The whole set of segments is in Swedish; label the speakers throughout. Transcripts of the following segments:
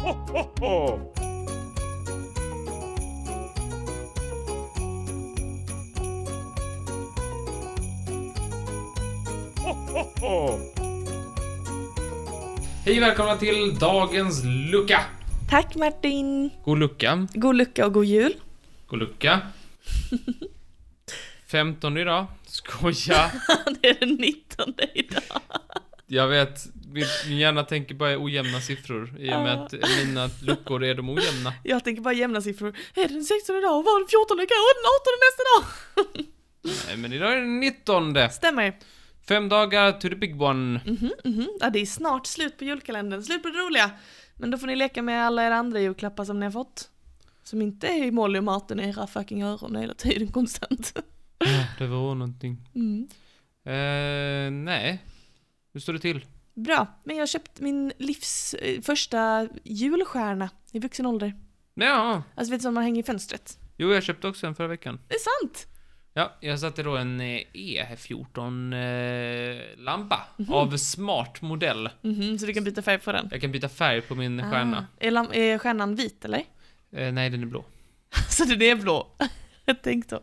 Speaker 1: ho, ho, ho! Ho, ho, ho! Hej och välkomna till dagens lucka.
Speaker 2: Tack Martin!
Speaker 1: God lucka.
Speaker 2: God lucka och god jul!
Speaker 1: God lucka. 15 idag. Skoja.
Speaker 2: det är den 19 idag.
Speaker 1: Jag vet, min min hjärna tänker bara i ojämna siffror i och med att mina luckor är de ojämna.
Speaker 2: Jag tänker bara jämna siffror. Är det den 16 idag? Var den 14 igår? Och den 18 nästa dag?
Speaker 1: Nej, men idag är det 19.
Speaker 2: Stämmer.
Speaker 1: Fem dagar to the big one.
Speaker 2: Mhm, mhm. Ja, det är snart slut på julkalendern. Slut på det roliga. Men då får ni leka med alla era andra julklappar som ni har fått. Som inte är i mål och maten i era fucking öron hela tiden konstant.
Speaker 1: Ja, Ah, det var någonting.
Speaker 2: Mm.
Speaker 1: Eh, nej. Hur står det till?
Speaker 2: Bra, men jag har köpt min livs eh, första julstjärna i vuxen ålder.
Speaker 1: Ja,
Speaker 2: Alltså vet du som man hänger i fönstret?
Speaker 1: jo jag köpte också en förra veckan.
Speaker 2: Det är sant!
Speaker 1: Ja, jag satte då en eh, E14 eh, lampa av smart modell.
Speaker 2: Mhm, så du kan byta färg på den.
Speaker 1: Jag kan byta färg på min stjärna.
Speaker 2: Ah. Är, lam- är stjärnan vit eller?
Speaker 1: Eh, nej, den är blå.
Speaker 2: Så den är blå. Jag tänkte då.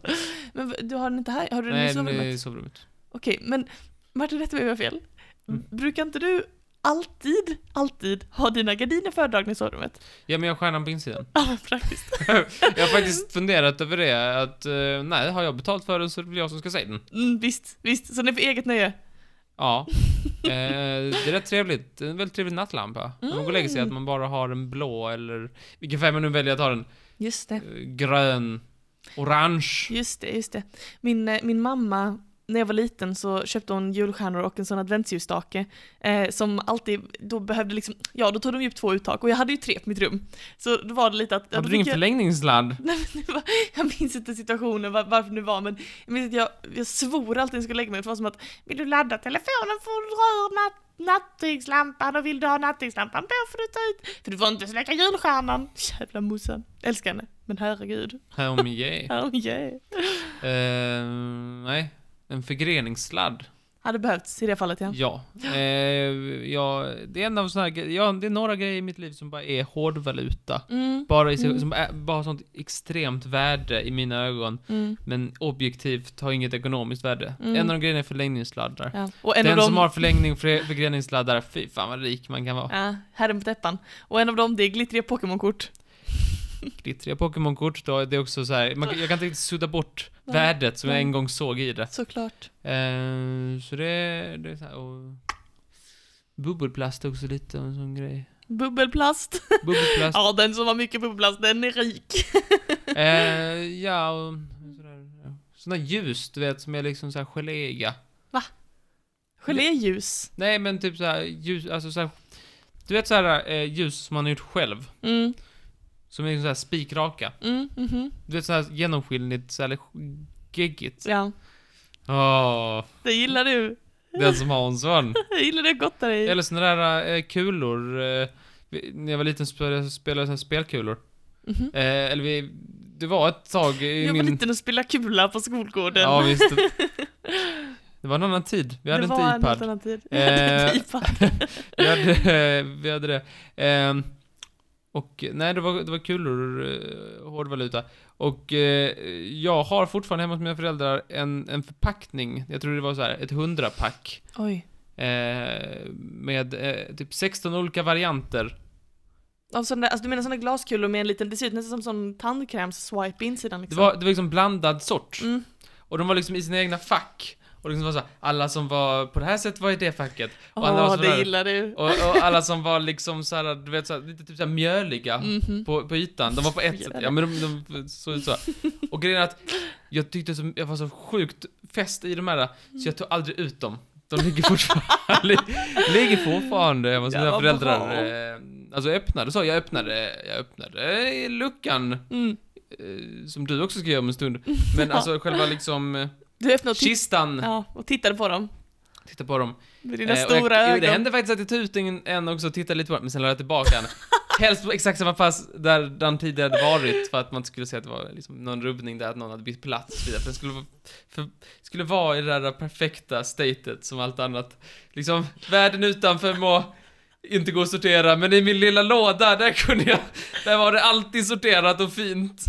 Speaker 2: Men v- du har den inte här? Har du den i
Speaker 1: nej, den är i
Speaker 2: sovrummet?
Speaker 1: sovrummet.
Speaker 2: Okej, men Martin, rätta mig om jag har fel.
Speaker 1: Mm.
Speaker 2: Brukar inte du alltid, alltid ha dina gardiner fördragna i sovrummet?
Speaker 1: Ja, men jag har stjärnan på insidan.
Speaker 2: Ja, vad praktiskt.
Speaker 1: Jag har faktiskt funderat över det, att eh, nej, har jag betalt för den så blir jag som ska säga den.
Speaker 2: Mm, visst, visst. Så den är för eget nöje.
Speaker 1: Ja. Eh, det är rätt trevligt. Det är En väldigt trevlig nattlampa. När man går och lägger
Speaker 2: Mm.
Speaker 1: sig, att man bara har en blå eller vilken färg man nu väljer att ha den.
Speaker 2: Just det.
Speaker 1: Eh, grön, orange.
Speaker 2: Just det, just det. Min, eh, min mamma, när jag var liten så köpte hon julstjärnor och en sån adventsljusstake. Eh, som alltid, då behövde liksom, ja då tog de ju upp två uttag och jag hade ju tre på mitt rum. Så då var det lite att... ja,
Speaker 1: Hade
Speaker 2: då
Speaker 1: du ingen
Speaker 2: fick jag-
Speaker 1: förlängningssladd?
Speaker 2: Nej, men det var, jag minns inte situationen, var, varför det var, men jag minns att jag, jag svor alltid när jag skulle lägga mig. Det var som att, vill du ladda telefonen får du röra nat nattingslampan och vill du ha nattingslampan på får du ta ut, för du får inte släcka julstjärnan. Jävla morsan. Älskar henne, men herregud.
Speaker 1: Home yeah.
Speaker 2: Oh, yeah.
Speaker 1: Eh, nej. En förgreningssladd.
Speaker 2: Hade behövts i det fallet ja.
Speaker 1: Ja. Eh, ja. Det är en av såna här, gre- ja, det är några grejer i mitt liv som bara är hårdvaluta.
Speaker 2: Mm,
Speaker 1: Bara, i sig,
Speaker 2: Mm.
Speaker 1: som är, bara har sånt extremt värde i mina ögon.
Speaker 2: mm,
Speaker 1: men objektivt har inget ekonomiskt värde.
Speaker 2: Mm.
Speaker 1: En av de grejerna är förlängningssladdar.
Speaker 2: ja. Och en
Speaker 1: Den
Speaker 2: av dem,
Speaker 1: som har förlängning för förgreningssladdar, fy fan vad rik man kan vara.
Speaker 2: ja, herren på täppan. Och en av dem det är glittriga Pokémon-kort.
Speaker 1: Glittriga Pokémon-kort då, det är också så här, man, kan- jag kan inte riktigt sudda bort
Speaker 2: Nej.
Speaker 1: värdet som jag
Speaker 2: Nej.
Speaker 1: en gång såg i det.
Speaker 2: Såklart.
Speaker 1: Eh, så det, det är så här, och... Bubbelplast är också lite av en sån grej.
Speaker 2: Bubbelplast.
Speaker 1: Bubbelplast.
Speaker 2: ja, den som har mycket bubbelplast, den är rik.
Speaker 1: Eh, ja, och sådär. ja. Såna ljus, du vet, som är liksom så här geléiga.
Speaker 2: Geléljus.
Speaker 1: Nej, men typ så här ljus, alltså så här, Du vet så här eh, ljus som man har gjort själv.
Speaker 2: Mm.
Speaker 1: Som är så här spikraka.
Speaker 2: Mm, mhm.
Speaker 1: Du vet såhär genomskinligt, såhär geggigt.
Speaker 2: Ja,
Speaker 1: Åh,
Speaker 2: det gillar du.
Speaker 1: den som har en sån.
Speaker 2: Det gillar du gott där i.
Speaker 1: Eller såna där eh, kulor. Eh, vi- när jag var liten spelade jag spelade jag såna här spelkulor.
Speaker 2: Mhm.
Speaker 1: Eh, eller vi, det var ett tag i
Speaker 2: Jag var
Speaker 1: min...
Speaker 2: liten och spelade kula på skolgården.
Speaker 1: Ja, visst. Det, det var en annan tid. Vi hade
Speaker 2: det
Speaker 1: inte
Speaker 2: var en
Speaker 1: iPad.
Speaker 2: helt annan tid.
Speaker 1: Eh,
Speaker 2: Eh. iPad.
Speaker 1: Vi hade, vi hade det. Ehm, och nej, det var, det var kulor, eh, hårdvaluta. Och eh, jag har fortfarande hemma hos mina föräldrar en, en förpackning, jag tror det var så här, ett hundrapack.
Speaker 2: Oj.
Speaker 1: Eh, med eh, typ 16 olika varianter.
Speaker 2: Av sån där, alltså du menar såna glaskulor med en liten, det ser ut nästan som sån tandkräms-swipe på insidan
Speaker 1: Det
Speaker 2: liksom.
Speaker 1: var, det var liksom blandad sort.
Speaker 2: Mm.
Speaker 1: Och de var liksom i sina egna fack. Och liksom var så här, alla som var på det här sättet var i det facket. Och alla var
Speaker 2: Åh,
Speaker 1: så
Speaker 2: det
Speaker 1: där.
Speaker 2: gillar du.
Speaker 1: Och, och alla som var liksom så här, du vet så här, lite typ så här mjöliga.
Speaker 2: Mhm.
Speaker 1: på, på ytan, de var på ett
Speaker 2: Gillar
Speaker 1: sätt,
Speaker 2: det.
Speaker 1: ja men de, de såg ut så. Och grejen är att jag tyckte som, jag var så sjukt fäst i de här, så jag tog aldrig ut dem. De ligger fortfarande, li- ligger fortfarande hemma hos
Speaker 2: Ja,
Speaker 1: mina
Speaker 2: vad
Speaker 1: föräldrar.
Speaker 2: bra.
Speaker 1: Eh, alltså jag öppnade, så jag öppnade, jag öppnade eh, luckan,
Speaker 2: Mm.
Speaker 1: eh, som du också ska göra om en stund. Men alltså själva liksom, eh,
Speaker 2: Du öppnade och, titt-
Speaker 1: kistan,
Speaker 2: ja, och tittade på dem.
Speaker 1: titta på dem.
Speaker 2: Med dina
Speaker 1: Eh, och
Speaker 2: stora
Speaker 1: jag, jo,
Speaker 2: ögon.
Speaker 1: det hände faktiskt att jag tog ut en- en också och tittade lite på den, men sen la jag tillbaka den. Helst på exakt samma pass där den tidigare hade varit, för att man inte skulle se att det var liksom någon rubbning där, att någon hade bytt plats och så vidare. För den skulle, vara- för, skulle vara i det där perfekta statet som allt annat. Liksom, världen utanför må inte går att sortera, men i min lilla låda, där kunde jag... Där var det alltid sorterat och fint.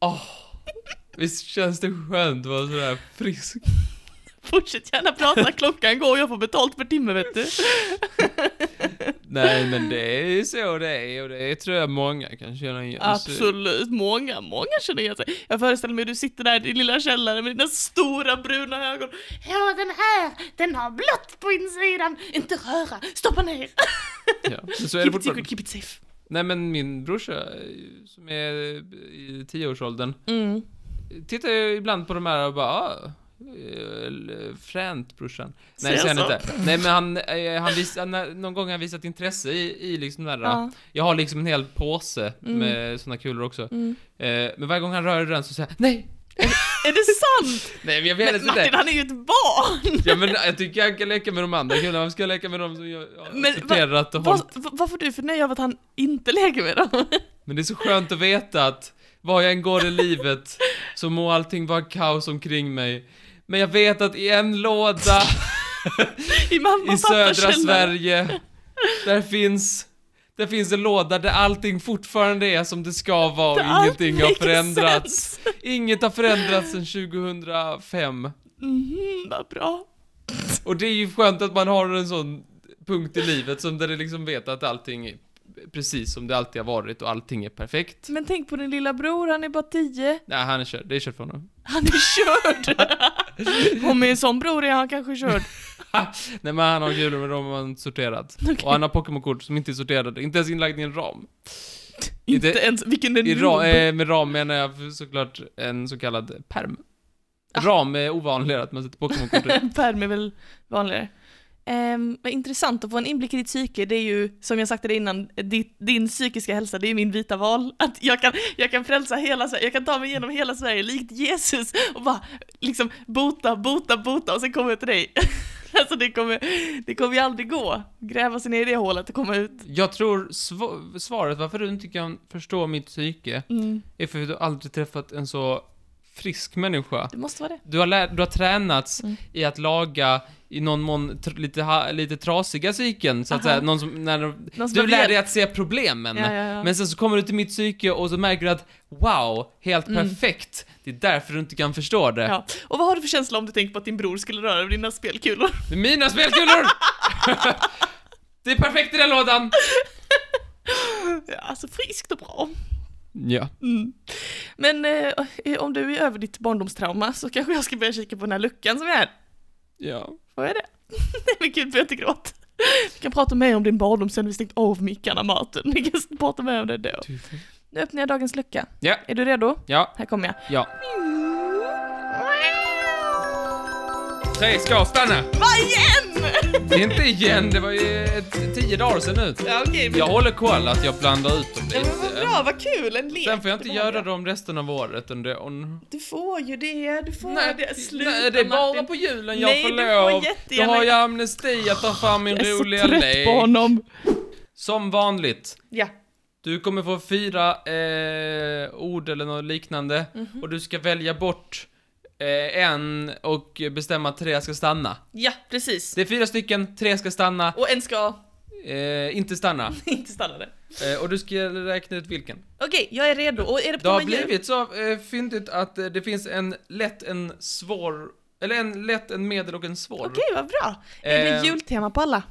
Speaker 1: Åh. Visst känns det skönt att vara sådär frisk?
Speaker 2: Fortsätt gärna prata, klockan går och jag får betalt per timme vet du.
Speaker 1: Nej, men det är ju så det är och det är, tror jag många kan känna igen sig i.
Speaker 2: Absolut, många, många känner igen sig. Jag föreställer mig hur du sitter där i din lilla källare med dina stora bruna ögon. Ja, den här, den har blått på insidan. Inte röra, stoppa ner.
Speaker 1: Ja, men så är det
Speaker 2: Keep it
Speaker 1: fortfarande.
Speaker 2: secret, keep it safe.
Speaker 1: Nej, men min brorsa, eh, som är i tioårsåldern,
Speaker 2: Mm.
Speaker 1: tittar ju ibland på de här och bara ah, eh, Fränt brorsan. Nej det säger
Speaker 2: Säger
Speaker 1: han
Speaker 2: så?
Speaker 1: inte. Nej men han, eh, han vis, han, har- någon gång har han visat intresse i, i liksom den där.
Speaker 2: Ja.
Speaker 1: Jag har liksom en hel påse med såna kulor också. Eh, men varje gång han rör i den så säger han nej!
Speaker 2: Är det sant?
Speaker 1: Nej men jag vet
Speaker 2: Men
Speaker 1: inte.
Speaker 2: Martin han är ju ett barn!
Speaker 1: Ja men jag tycker jag kan leka med de andra kulorna, varför ska jag leka med dem som jag jag
Speaker 2: Men
Speaker 1: har sorterat och
Speaker 2: Vad,
Speaker 1: hållit?
Speaker 2: vad vad får du för nöje av att han inte leker med dem?
Speaker 1: Men det är så skönt att veta att var jag än går i livet så må allting vara kaos omkring mig. Men jag vet att i en låda
Speaker 2: I mamma
Speaker 1: i
Speaker 2: och pappas
Speaker 1: södra
Speaker 2: källare.
Speaker 1: Sverige. Där finns, där finns en låda där allting fortfarande är som det ska vara och
Speaker 2: Där allt
Speaker 1: ingenting har
Speaker 2: maker
Speaker 1: förändrats.
Speaker 2: sense.
Speaker 1: Inget har förändrats sedan 2005.
Speaker 2: Mhm, vad bra.
Speaker 1: Och det är ju skönt att man har en sån punkt i livet som där det liksom vet att allting är precis som det alltid har varit och allting är perfekt.
Speaker 2: Men tänk på din lilla bror, han är bara tio.
Speaker 1: Nej, han är körd. Det är kört för honom.
Speaker 2: Han är körd! Och med en sån bror är han kanske körd.
Speaker 1: Nej, men han har kulor med dem han inte sorterat. Och han har Pokémon-kort som inte är sorterade. Inte ens inlagda i en ram.
Speaker 2: Inte
Speaker 1: Inte-
Speaker 2: ens, vilken är
Speaker 1: I ra,
Speaker 2: noob?
Speaker 1: eh, med ram menar jag för- såklart en så kallad perm. Ram är ovanligare att man sätter Pokémon-kort i.
Speaker 2: Pärm är väl vanligare. Um, vad intressant att få en inblick i ditt psyke, det är ju som jag sagt till dig innan, ditt, din psykiska hälsa, det är ju min vita val. Att jag kan, jag kan frälsa hela Sverige, jag kan ta mig igenom hela Sverige likt Jesus och bara liksom bota, bota, bota och sen kommer jag till dig. alltså det kommer, det kommer ju aldrig gå. Gräva sig ner i det hålet och komma ut.
Speaker 1: Jag tror sv- svaret varför du inte kan förstå mitt psyke
Speaker 2: Mm,
Speaker 1: är för att du aldrig träffat en så frisk människa.
Speaker 2: det måste vara det.
Speaker 1: Du har, lär, du har tränats
Speaker 2: Mm.
Speaker 1: i att laga i någon mån tr- lite, ha, lite trasiga psyken, så att
Speaker 2: Aha.
Speaker 1: säga. Någon som, när de,
Speaker 2: Någon som
Speaker 1: du
Speaker 2: bara
Speaker 1: lär
Speaker 2: vet.
Speaker 1: dig att se problemen.
Speaker 2: Ja, ja, ja.
Speaker 1: Men sen så kommer du till mitt psyke och så märker du att wow, helt
Speaker 2: Mm.
Speaker 1: perfekt. Det är därför du inte kan förstå det.
Speaker 2: Ja. Och vad har du för känsla om du tänker på att din bror skulle röra vid dina spelkulor?
Speaker 1: Det är mina spelkulor! det är perfekt i den lådan!
Speaker 2: Ja, Alltså friskt och bra.
Speaker 1: Ja.
Speaker 2: Mm. Men eh, om du är över ditt barndomstrauma så kanske jag ska börja kika på den här luckan som är här.
Speaker 1: Ja.
Speaker 2: Får jag det? Nej men gud, börja inte gråta. Vi kan prata mer om din barndom sen när vi stängt av mickarna Martin. Vi kan prata mer om det då. Nu öppnar jag dagens lucka.
Speaker 1: Ja.
Speaker 2: Är du redo?
Speaker 1: Ja.
Speaker 2: Här kommer jag.
Speaker 1: Ja. Säg, ska stanna!
Speaker 2: Vad igen?
Speaker 1: Det är inte igen, det var ju ett, tio dagar sedan nu.
Speaker 2: ja okej. men-
Speaker 1: Jag håller koll att jag blandar ut dem
Speaker 2: Ja, men vad
Speaker 1: lite.
Speaker 2: bra, vad kul, en lek.
Speaker 1: Sen får jag inte
Speaker 2: Det var
Speaker 1: göra
Speaker 2: det.
Speaker 1: dem resten av året ändå.
Speaker 2: Du får ju det, du får det. Sluta
Speaker 1: nej, det är bara
Speaker 2: Martin.
Speaker 1: på julen jag
Speaker 2: Nej,
Speaker 1: får
Speaker 2: du får
Speaker 1: lov. Då
Speaker 2: jättegärna-
Speaker 1: har jag amnesti, jag tar fram min
Speaker 2: Jag är så
Speaker 1: roliga
Speaker 2: trött
Speaker 1: lek.
Speaker 2: på honom.
Speaker 1: Som vanligt.
Speaker 2: Ja.
Speaker 1: Du kommer få fyra eh, ord eller något liknande
Speaker 2: Mhm.
Speaker 1: och du ska välja bort eh, en och bestämma att tre ska stanna.
Speaker 2: Ja, precis.
Speaker 1: Det är fyra stycken, tre ska stanna,
Speaker 2: Och en ska
Speaker 1: eh, inte stanna.
Speaker 2: inte stanna där.
Speaker 1: Eh, och du ska räkna ut vilken.
Speaker 2: Okej, jag är redo. Och är det på
Speaker 1: Det har
Speaker 2: tema djur?
Speaker 1: blivit så eh, fyndigt att eh, det finns en lätt, en svår, eller en lätt, en medel och en svår.
Speaker 2: Okej, vad bra. Är
Speaker 1: Eh,
Speaker 2: det jultema på alla?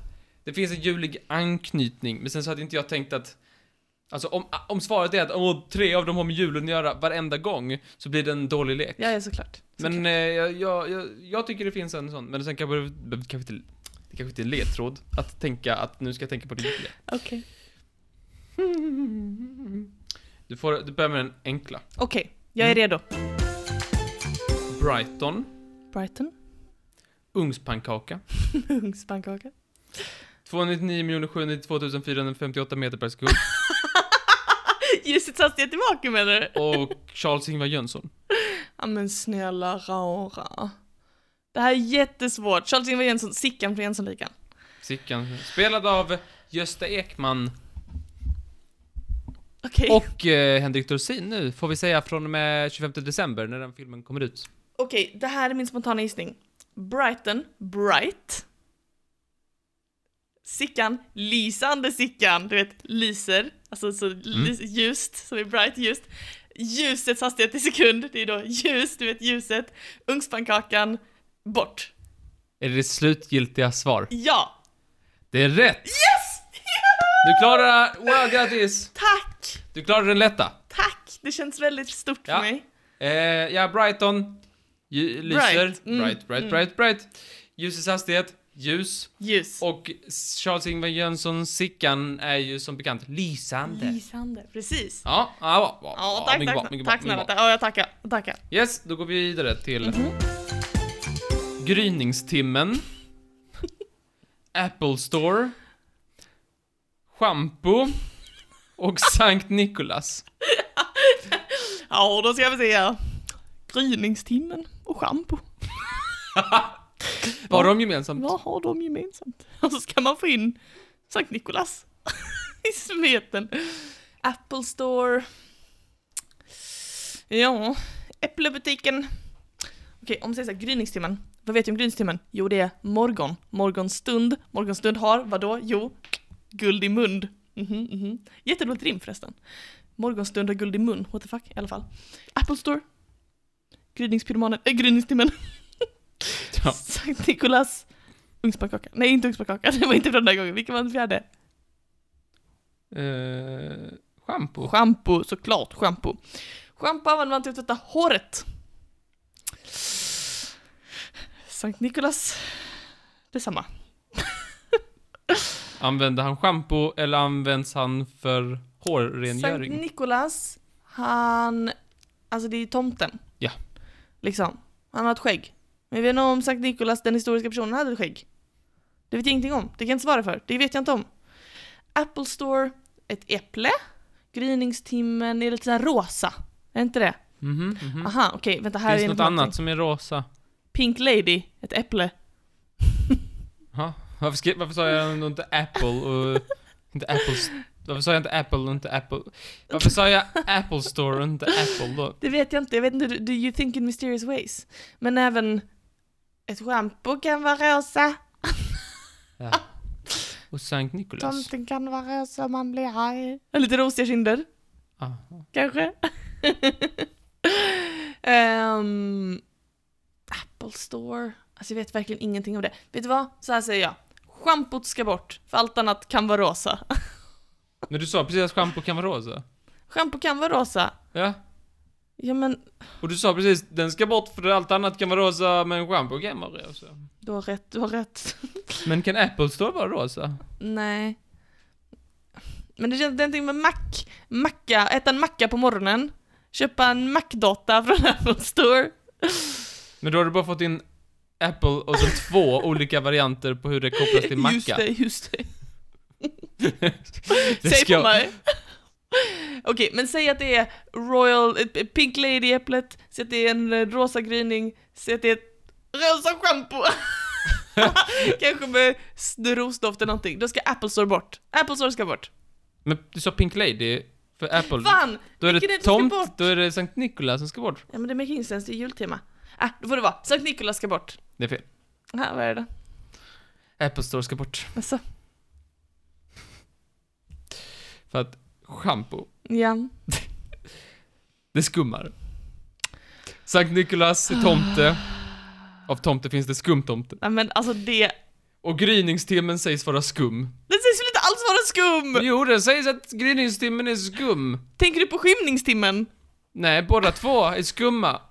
Speaker 1: Det finns en julig anknytning, men sen så hade inte jag tänkt att Alltså om, om svaret är att åh, tre av dem har med julen att göra varenda gång, så blir det en dålig lek.
Speaker 2: Ja, ja såklart. såklart.
Speaker 1: Men eh, jag, jag, jag, jag tycker det finns en sån, men sen kanske det det kanske inte, det kanske inte är en ledtråd att tänka att nu ska jag tänka på det jobbiga.
Speaker 2: Okej.
Speaker 1: Du, får, du börjar med den enkla.
Speaker 2: Okej, jag är
Speaker 1: Mm.
Speaker 2: redo.
Speaker 1: Brighton,
Speaker 2: Brighton,
Speaker 1: ugnspannkaka,
Speaker 2: ugnspannkaka.
Speaker 1: 299 792 458 meter per sekund
Speaker 2: Ljusets hastighet tillbaka menar du?
Speaker 1: och Charles-Ingvar Jönsson.
Speaker 2: Ja men snälla rara. Det här är jättesvårt. Charles-Ingvar Jönsson, Sickan från Jönssonligan.
Speaker 1: Sickan, spelad av Gösta Ekman
Speaker 2: Okej,
Speaker 1: och eh, Henrik Dorsin nu, får vi säga från och med 25 december när den filmen kommer ut.
Speaker 2: okej, det här är min spontana gissning. Brighton, Bright. Sickan, lysande Sickan, du vet lyser, alltså så
Speaker 1: Mm.
Speaker 2: lys, ljust, så det är bright ljust. Ljusets hastighet i sekund, det är då ljus, du vet ljuset. Ugnspannkakan, bort.
Speaker 1: Är det ditt slutgiltiga svar?
Speaker 2: Ja!
Speaker 1: Det är rätt!
Speaker 2: Yes!
Speaker 1: Du klarar... Wow, grattis!
Speaker 2: Tack!
Speaker 1: Du klarar den lätta.
Speaker 2: Tack! Det känns väldigt stort
Speaker 1: Ja.
Speaker 2: för mig.
Speaker 1: Eh, ja, Brighton. Ju, lyser. Bright,
Speaker 2: Bright. Mm,
Speaker 1: bright, bright, bright, Ljusets hastighet. Ljus.
Speaker 2: Ljus.
Speaker 1: Och Charles-Ingvar Jönsson Sickan är ju som bekant lysande.
Speaker 2: Lysande, precis.
Speaker 1: Ja, ja, bra, bra,
Speaker 2: Ja,
Speaker 1: bra.
Speaker 2: tack,
Speaker 1: Mycket bra,
Speaker 2: tack,
Speaker 1: mycket bra,
Speaker 2: tack
Speaker 1: mycket
Speaker 2: snälla. Ja, jag tackar. tackar.
Speaker 1: bra. Yes, då går vi vidare till
Speaker 2: Mhm.
Speaker 1: gryningstimmen. Apple Store. Shampoo. Och Sankt Nikolas.
Speaker 2: Ja, då ska vi se här. Gryningstimmen och schampo.
Speaker 1: Vad har de gemensamt?
Speaker 2: Vad har de gemensamt? Och så ska man få in Sankt Nikolas i smeten. Apple Store. Ja, Äpplebutiken. Okej, om vi säger så här, gryningstimmen. Vad vet du om gryningstimmen? Jo, det är morgon. Morgonstund. Morgonstund har, vadå? Jo, guld i mun. Mhm, mhm. Jätteroligt rim förresten. Morgonstund har guld i mun. What the fuck, i alla fall. Apple Store. Gryningspyromanen. Äh, gryningstimmen.
Speaker 1: Ja.
Speaker 2: Sankt Nikolas. Ugnspannkaka. Nej, inte ugnspannkaka. Det var inte från den här gången. Vilken var den fjärde?
Speaker 1: Eh, shampoo.
Speaker 2: Shampoo, såklart. Shampoo. Shampoo använder man till att tvätta håret. Sankt Nikolas. Detsamma.
Speaker 1: Använder han shampoo eller används han för hårrengöring?
Speaker 2: Sankt Nikolas, han... Alltså det är ju tomten.
Speaker 1: Ja.
Speaker 2: Liksom. Han har ett skägg. Men jag vet inte om Sankt Nikolas, den historiska personen, hade ett skägg. Det vet jag ingenting om. Det kan jag inte svara för. Det vet jag inte om. Apple Store, ett äpple. Gryningstimmen är lite såhär rosa. Är inte det?
Speaker 1: Mhm, mhm.
Speaker 2: Aha, okej. Vänta, Ah, här
Speaker 1: Finns
Speaker 2: är
Speaker 1: något
Speaker 2: någonting.
Speaker 1: annat som är rosa?
Speaker 2: Pink Lady, ett äpple.
Speaker 1: Ja, Varför, skri- varför sa jag ändå inte Apple och inte Apples? Varför sa jag inte Apple och inte Apple? Varför sa jag Apple Store och inte Apple då?
Speaker 2: Det vet jag inte. Jag vet inte. Do you think in mysterious ways? Men även ett schampo kan vara rosa.
Speaker 1: Ja. Och Sankt Nikolas.
Speaker 2: Tomten kan vara röd så man blir arg. Och Lite rosiga kinder,
Speaker 1: Ah.
Speaker 2: kanske. Ehm, Apple Store. Alltså jag vet verkligen ingenting om det. Vet du vad? Så här säger jag. Schampot ska bort, för allt annat kan vara rosa.
Speaker 1: Men du sa precis att shampoo kan vara rosa.
Speaker 2: Schampo kan vara rosa.
Speaker 1: Ja.
Speaker 2: Ja men,
Speaker 1: Och du sa precis, den ska bort för allt annat kan vara rosa, men shampoo kan vara rosa.
Speaker 2: du har rätt, du har rätt.
Speaker 1: Men kan Apple Store vara rosa?
Speaker 2: Nej. Men det känns det är någonting med mack. Macka, äta en macka på morgonen. Köpa en mackdata från Apple Store.
Speaker 1: Men då har du bara fått in Apple och sen två olika varianter på hur det kopplas till macka.
Speaker 2: Just det, just det.
Speaker 1: Det
Speaker 2: Säg
Speaker 1: ska-
Speaker 2: på mig. Okej, men säg att det är Royal, eh, Pink Lady-äpplet, säg att det är en eh, rosa gryning, säg att det är ett rosa schampo. Kanske med s- rosdoft eller någonting. Då ska Apple Store bort. Apple Store ska bort.
Speaker 1: Men du sa Pink Lady för Apple.
Speaker 2: Fan!
Speaker 1: Då är
Speaker 2: vilken
Speaker 1: det
Speaker 2: som ska
Speaker 1: tomt,
Speaker 2: bort?
Speaker 1: då är det Sankt Nikolas som ska bort.
Speaker 2: Ja men det making sense, det är jultema. Ah, då får det vara. Sankt Nikolas ska bort.
Speaker 1: Det är fel.
Speaker 2: Här, vad är det?
Speaker 1: Apple Store ska bort.
Speaker 2: Alltså,
Speaker 1: För att shampoo,
Speaker 2: ja.
Speaker 1: det skummar. Sankt Nikolas är tomte. Av tomte finns det skumtomte.
Speaker 2: Nej men alltså det,
Speaker 1: Och gryningstimmen sägs vara skum.
Speaker 2: det sägs väl inte alls vara skum?
Speaker 1: Jo, det sägs att gryningstimmen är skum.
Speaker 2: Tänker du på skymningstimmen?
Speaker 1: Nej, båda två är skumma.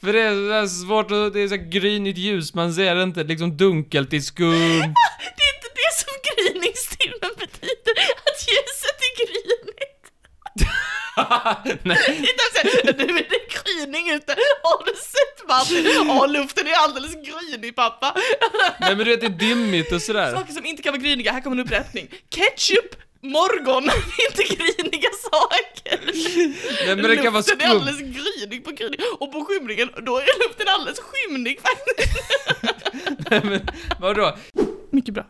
Speaker 1: För det är, så här svårt att, det är så här grynigt ljus, man ser det inte. Liksom dunkelt, det är skumt.
Speaker 2: Det är inte det som gryningstimmen betyder, att ljuset är grynigt.
Speaker 1: Nej.
Speaker 2: Inte ens såhär, nu är det gryning ute, har du sett man? Ja, luften är alldeles grynig pappa.
Speaker 1: Nej men du vet, det är dimmigt och sådär.
Speaker 2: Saker som inte kan vara gryniga, här kommer en upprättning. Ketchup, morgon, inte gryniga saker.
Speaker 1: Nej men det kan vara
Speaker 2: luften är
Speaker 1: skumt.
Speaker 2: alldeles grynig på gryning, och på skymningen, då är luften alldeles skymnig faktiskt.
Speaker 1: Nej, men, vadå?
Speaker 2: Mycket bra.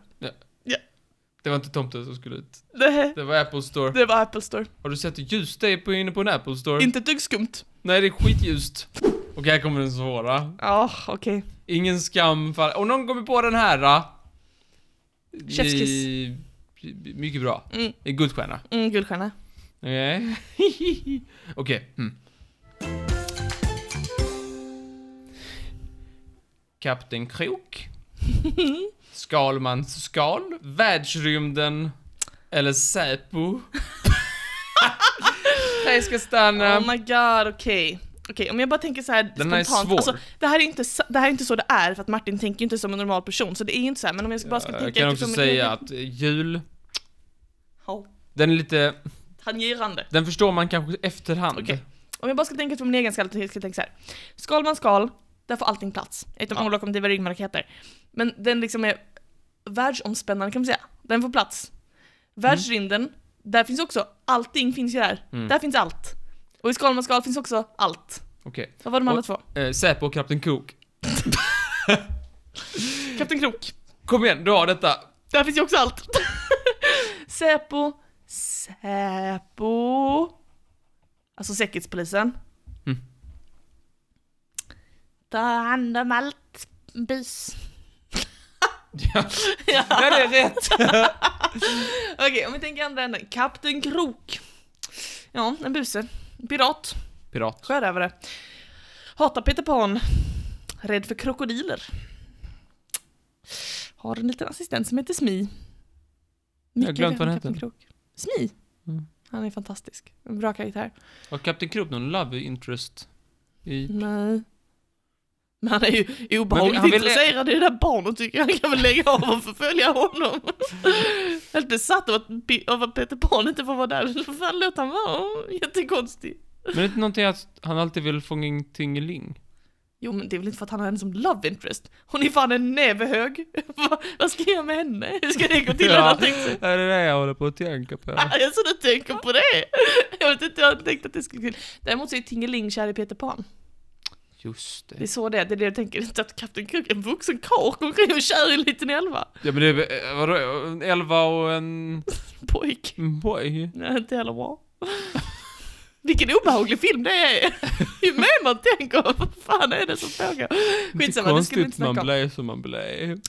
Speaker 1: Det var inte tomten som skulle ut.
Speaker 2: Det,
Speaker 1: Det var Apple Store.
Speaker 2: det var Apple Store,
Speaker 1: Har du sett hur ljust det är på, inne på en Apple Store?
Speaker 2: inte ett dugg skumt.
Speaker 1: Nej, det är skitljust. Och här kommer den svåra.
Speaker 2: Ja, okej.
Speaker 1: Ingen skam för... Om någon kommer på den här... ah,
Speaker 2: Chef's kiss.
Speaker 1: äh, I- Mycket bra.
Speaker 2: Mm,
Speaker 1: En Guldstjärna.
Speaker 2: mm, guldstjärna.
Speaker 1: Okej. Okej. Mm. Kapten Krok. Skalmans skal. Världsrymden. Eller Säpo. Nej, ska stanna.
Speaker 2: Oh my god, okej. Okej, om jag bara tänker så här
Speaker 1: Den här är
Speaker 2: spontant.
Speaker 1: svår.
Speaker 2: Alltså, det, här är inte, sa- det här är inte så det är, för att Martin tänker ju inte som en normal person, så det är inte så här. Men om jag ska- bara ska
Speaker 1: jag
Speaker 2: tänka
Speaker 1: kan också
Speaker 2: utifrån min
Speaker 1: säga
Speaker 2: egen-
Speaker 1: att eh, jul,
Speaker 2: Ja,
Speaker 1: den är lite,
Speaker 2: tangerande.
Speaker 1: den förstår man kanske efterhand.
Speaker 2: Okej. Om jag bara ska tänka utifrån min egen skall, ska jag tänka så här. Skal man skal, där får allting plats. Utom
Speaker 1: Ja.
Speaker 2: ålokomotiva ryggmärgsheter. Men den liksom är världsomspännande kan man säga. Den får plats. Världsrymden, där finns också, allting finns ju där.
Speaker 1: Mm.
Speaker 2: Där finns allt. Och i skal man skal finns också allt.
Speaker 1: Okej.
Speaker 2: Vad var de
Speaker 1: Och-
Speaker 2: andra två?
Speaker 1: Eh, Säpo och Kapten Krok.
Speaker 2: Kapten Krok,
Speaker 1: Kom igen, du har detta.
Speaker 2: där finns ju också allt. Säpo, Säpo. Alltså Säkerhetspolisen.
Speaker 1: Mm.
Speaker 2: Ta hand om allt, bys.
Speaker 1: Ja. Där är rätt.
Speaker 2: Okej, om vi tänker andra änden. Kapten Krok. Ja, en buse. Pirat.
Speaker 1: Pirat.
Speaker 2: Sjörövare. Hatar Peter Pan. Rädd för krokodiler. Har en liten assistent som heter Smi.
Speaker 1: Jag har glömt vad han
Speaker 2: Kapten
Speaker 1: heter.
Speaker 2: Krok. Smi.
Speaker 1: Mm.
Speaker 2: Han är fantastisk. En bra karaktär.
Speaker 1: Har Kapten Krok någon love interest? I...
Speaker 2: Nej. Men han är ju obehagligt
Speaker 1: Mm. han vill-
Speaker 2: intresserad i det där barnet tycker jag. Han kan väl lägga av och förfölja honom. Helt besatt av att, Pi- av att Peter Pan inte får vara där. För fan låt han vara. Jättekonstig.
Speaker 1: Men det är inte någonting att han alltid vill fånga in Tingeling?
Speaker 2: Jo men det är väl inte för att han har henne som love interest. Hon är fan en nävehög. Vad, vad ska jag göra med henne? Hur ska det gå till?
Speaker 1: Ja.
Speaker 2: Ja. Tänkte,
Speaker 1: Är det det jag håller på att tänka på?
Speaker 2: alltså du tänker på det? Jag vet inte hur han tänkte att det skulle gå till. Däremot så är Tingeling kär i Peter Pan.
Speaker 1: Just
Speaker 2: Det är
Speaker 1: det.
Speaker 2: så det är. Det är det jag tänker. Inte att Kapten Krok är en vuxen karl. Hon kan ju kär i en liten elva.
Speaker 1: Ja men det är, eh, vadå, en elva och en
Speaker 2: pojk.
Speaker 1: en boy?
Speaker 2: Nej, inte heller bra. Vilken obehaglig film det är! Ju mer man tänker, vad fan är det som pågår? Skitsamma, det skulle
Speaker 1: konstigt
Speaker 2: vi inte
Speaker 1: man
Speaker 2: snacka om.
Speaker 1: blev som man blev.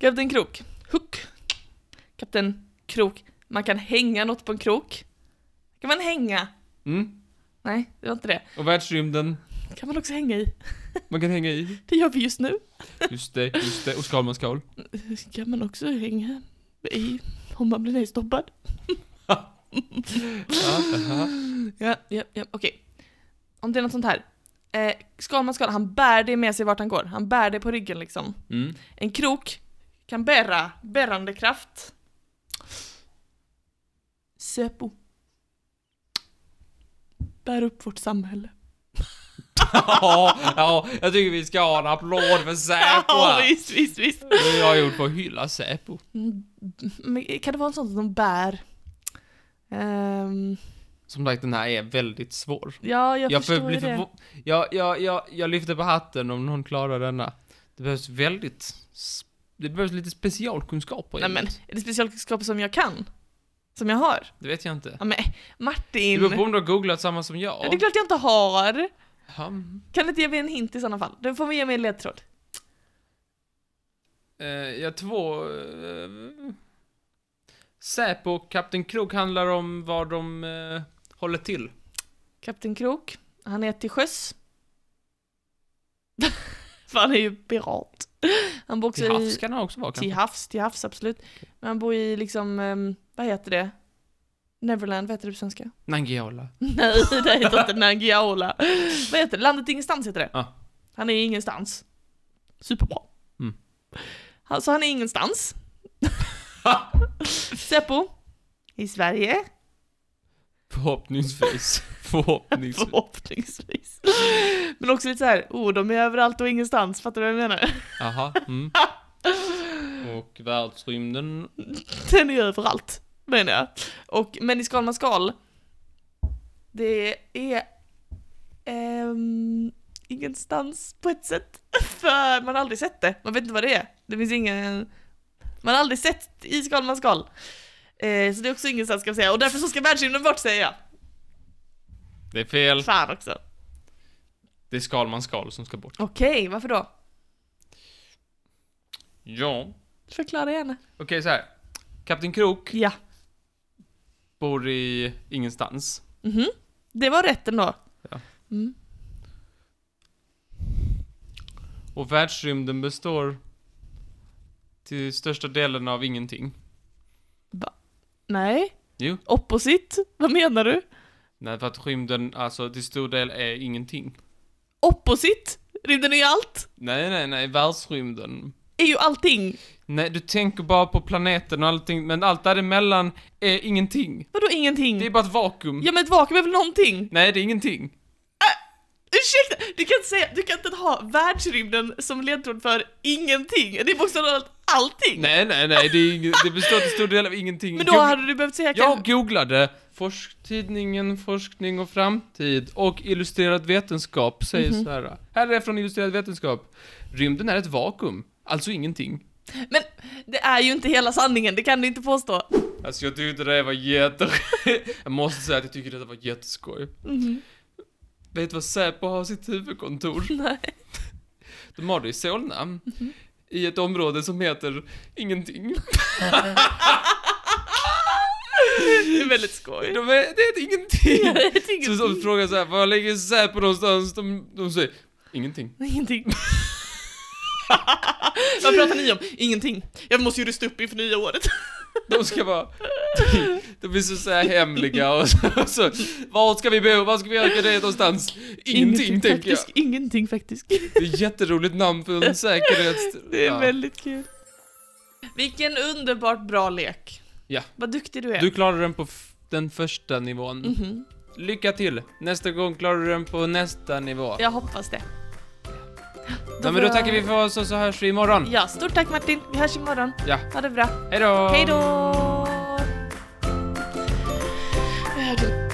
Speaker 2: Kapten Krok, Hook. Kapten Krok, man kan hänga något på en krok. Kan man hänga?
Speaker 1: Mm.
Speaker 2: Nej, det var inte det.
Speaker 1: Och världsrymden,
Speaker 2: Kan man också hänga i?
Speaker 1: man kan hänga i.
Speaker 2: Det gör vi just nu.
Speaker 1: Just det, just det. Och Skalmans skal.
Speaker 2: Kan man också hänga i? Om man blir nedstoppad. Ja, ja, ja, okej. Om det är något sånt här. Eh, skal man skal, han bär det med sig vart han går. Han bär det på ryggen liksom.
Speaker 1: Mm.
Speaker 2: En krok kan bära bärande kraft. Säpo. Bär upp vårt samhälle.
Speaker 1: Ja, ja, jag tycker vi ska ha en applåd för Säpo
Speaker 2: Ja,
Speaker 1: här.
Speaker 2: visst, visst, visst.
Speaker 1: Det har jag gjort för att hylla Säpo.
Speaker 2: Mm, Men kan det vara en sån som de bär? Ehm,
Speaker 1: Som sagt, den här är väldigt svår.
Speaker 2: ja, jag,
Speaker 1: Jag,
Speaker 2: förstår ju
Speaker 1: blir
Speaker 2: det.
Speaker 1: förvå- jag, jag, jag, jag lyfter på hatten om någon klarar denna. Det behövs väldigt... s- Det behövs lite specialkunskaper i
Speaker 2: Nej men,
Speaker 1: ämnet.
Speaker 2: är det specialkunskaper som jag kan? Som jag har?
Speaker 1: Det vet jag inte.
Speaker 2: Ja men,
Speaker 1: Det
Speaker 2: Martin!
Speaker 1: beror på om du har googlat samma som jag.
Speaker 2: Det är klart jag inte har!
Speaker 1: Ja, mm.
Speaker 2: Kan du inte ge mig en hint i sådana fall? Du får ge mig en ledtråd.
Speaker 1: Eh, jag har två... Eh, Säpo och Kapten Krok handlar om var de eh, håller till.
Speaker 2: Kapten Krok, han är till sjöss. För han är ju pirat. Han bor också
Speaker 1: Till havs
Speaker 2: i...
Speaker 1: kan han också vara
Speaker 2: Till
Speaker 1: kanske.
Speaker 2: havs, till havs absolut. Men han bor i liksom, ehm, vad heter det? Neverland, vad heter det på svenska?
Speaker 1: Nangijala.
Speaker 2: Nej, det heter inte Nangijala. Vad heter det? Landet ingenstans heter det.
Speaker 1: Ja.
Speaker 2: Han är ingenstans. Superbra.
Speaker 1: Mm.
Speaker 2: Han- Så han är ingenstans. Seppo. I Sverige.
Speaker 1: Förhoppningsvis. Förhoppningsvis.
Speaker 2: Förhoppningsvis. Men också lite så här, oh de är överallt och ingenstans, fattar du vad jag menar?
Speaker 1: Aha. Mm. Och världsrymden.
Speaker 2: Den är överallt, menar jag. Och, men i Skalman skal, det är ehm, ingenstans på ett sätt. För man har aldrig sett det, man vet inte vad det är. Det finns ingen, man har aldrig sett i Skalman skal. Eh, så det är också ingenstans ska jag säga, och därför så ska världsrymden bort säger jag.
Speaker 1: Det är fel.
Speaker 2: Fan också.
Speaker 1: Det är Skalmans skal som ska bort.
Speaker 2: Okej, varför då?
Speaker 1: Ja,
Speaker 2: Förklara gärna.
Speaker 1: Okej, så här. Kapten Krok
Speaker 2: Ja.
Speaker 1: bor i ingenstans.
Speaker 2: Mhm. Det var rätt ändå.
Speaker 1: Ja.
Speaker 2: Mm.
Speaker 1: Och världsrymden består till största delen av ingenting.
Speaker 2: Nej.
Speaker 1: Jo.
Speaker 2: Opposit? Vad menar du?
Speaker 1: Nej, för att rymden, alltså till stor del är ingenting.
Speaker 2: Opposit? Rymden är ju allt.
Speaker 1: Nej, nej, nej, världsrymden.
Speaker 2: Är ju allting.
Speaker 1: Nej, du tänker bara på planeten och allting, men allt däremellan är ingenting.
Speaker 2: Vadå ingenting?
Speaker 1: Det är bara ett vakuum.
Speaker 2: Ja men ett vakuum är väl någonting? Äh,
Speaker 1: Nej, det är ingenting.
Speaker 2: Ursäkta! Du kan inte säga, du kan inte ha världsrymden som ledtråd för ingenting. Det är bokstavligt talat allting.
Speaker 1: Nej, nej, nej, det, är ing- det består till stor del av ingenting.
Speaker 2: Men då
Speaker 1: Googla-
Speaker 2: hade du behövt säga
Speaker 1: Jag googlade forsktidningen Forskning och framtid och Illustrerad vetenskap säger
Speaker 2: Mhm.
Speaker 1: så här. Här är från Illustrerad vetenskap. Rymden är ett vakuum, alltså ingenting.
Speaker 2: Men det är ju inte hela sanningen, det kan du inte påstå.
Speaker 1: Alltså jag tyckte det var jätte... jag måste säga att jag tycker detta var jätteskoj.
Speaker 2: Mhm.
Speaker 1: Vet du vad Säpo har sitt huvudkontor?
Speaker 2: Nej. Mhm.
Speaker 1: De har det i Solna. I ett område som heter ingenting.
Speaker 2: Det är väldigt skoj.
Speaker 1: De är, det är ingenting.
Speaker 2: Jag vet ingenting.
Speaker 1: Så de frågar så här, var ligger Säpo någonstans? De, de säger, ingenting.
Speaker 2: Ingenting. Vad pratar ni om? Ingenting. Jag måste ju rusta upp inför nya året.
Speaker 1: De ska vara... De är så, så här hemliga och så, och så... Var ska vi bo? Var ska vi öka det någonstans? Ingenting, tänker jag.
Speaker 2: faktiskt. Ingenting faktiskt.
Speaker 1: Det är ett jätteroligt namn för en säkerhet.
Speaker 2: Det är
Speaker 1: Ja.
Speaker 2: väldigt kul. Vilken underbart bra lek.
Speaker 1: Ja.
Speaker 2: Vad duktig du är.
Speaker 1: Du klarade den på f- den första nivån.
Speaker 2: Mhm.
Speaker 1: Lycka till! Nästa gång klarar du den på nästa nivå.
Speaker 2: Jag hoppas det.
Speaker 1: Ja, men då tackar vi för oss och så hörs vi imorgon.
Speaker 2: Ja, stort tack Martin. Vi hörs imorgon.
Speaker 1: Ja.
Speaker 2: Ha det bra.
Speaker 1: Hej då!
Speaker 2: Hej då!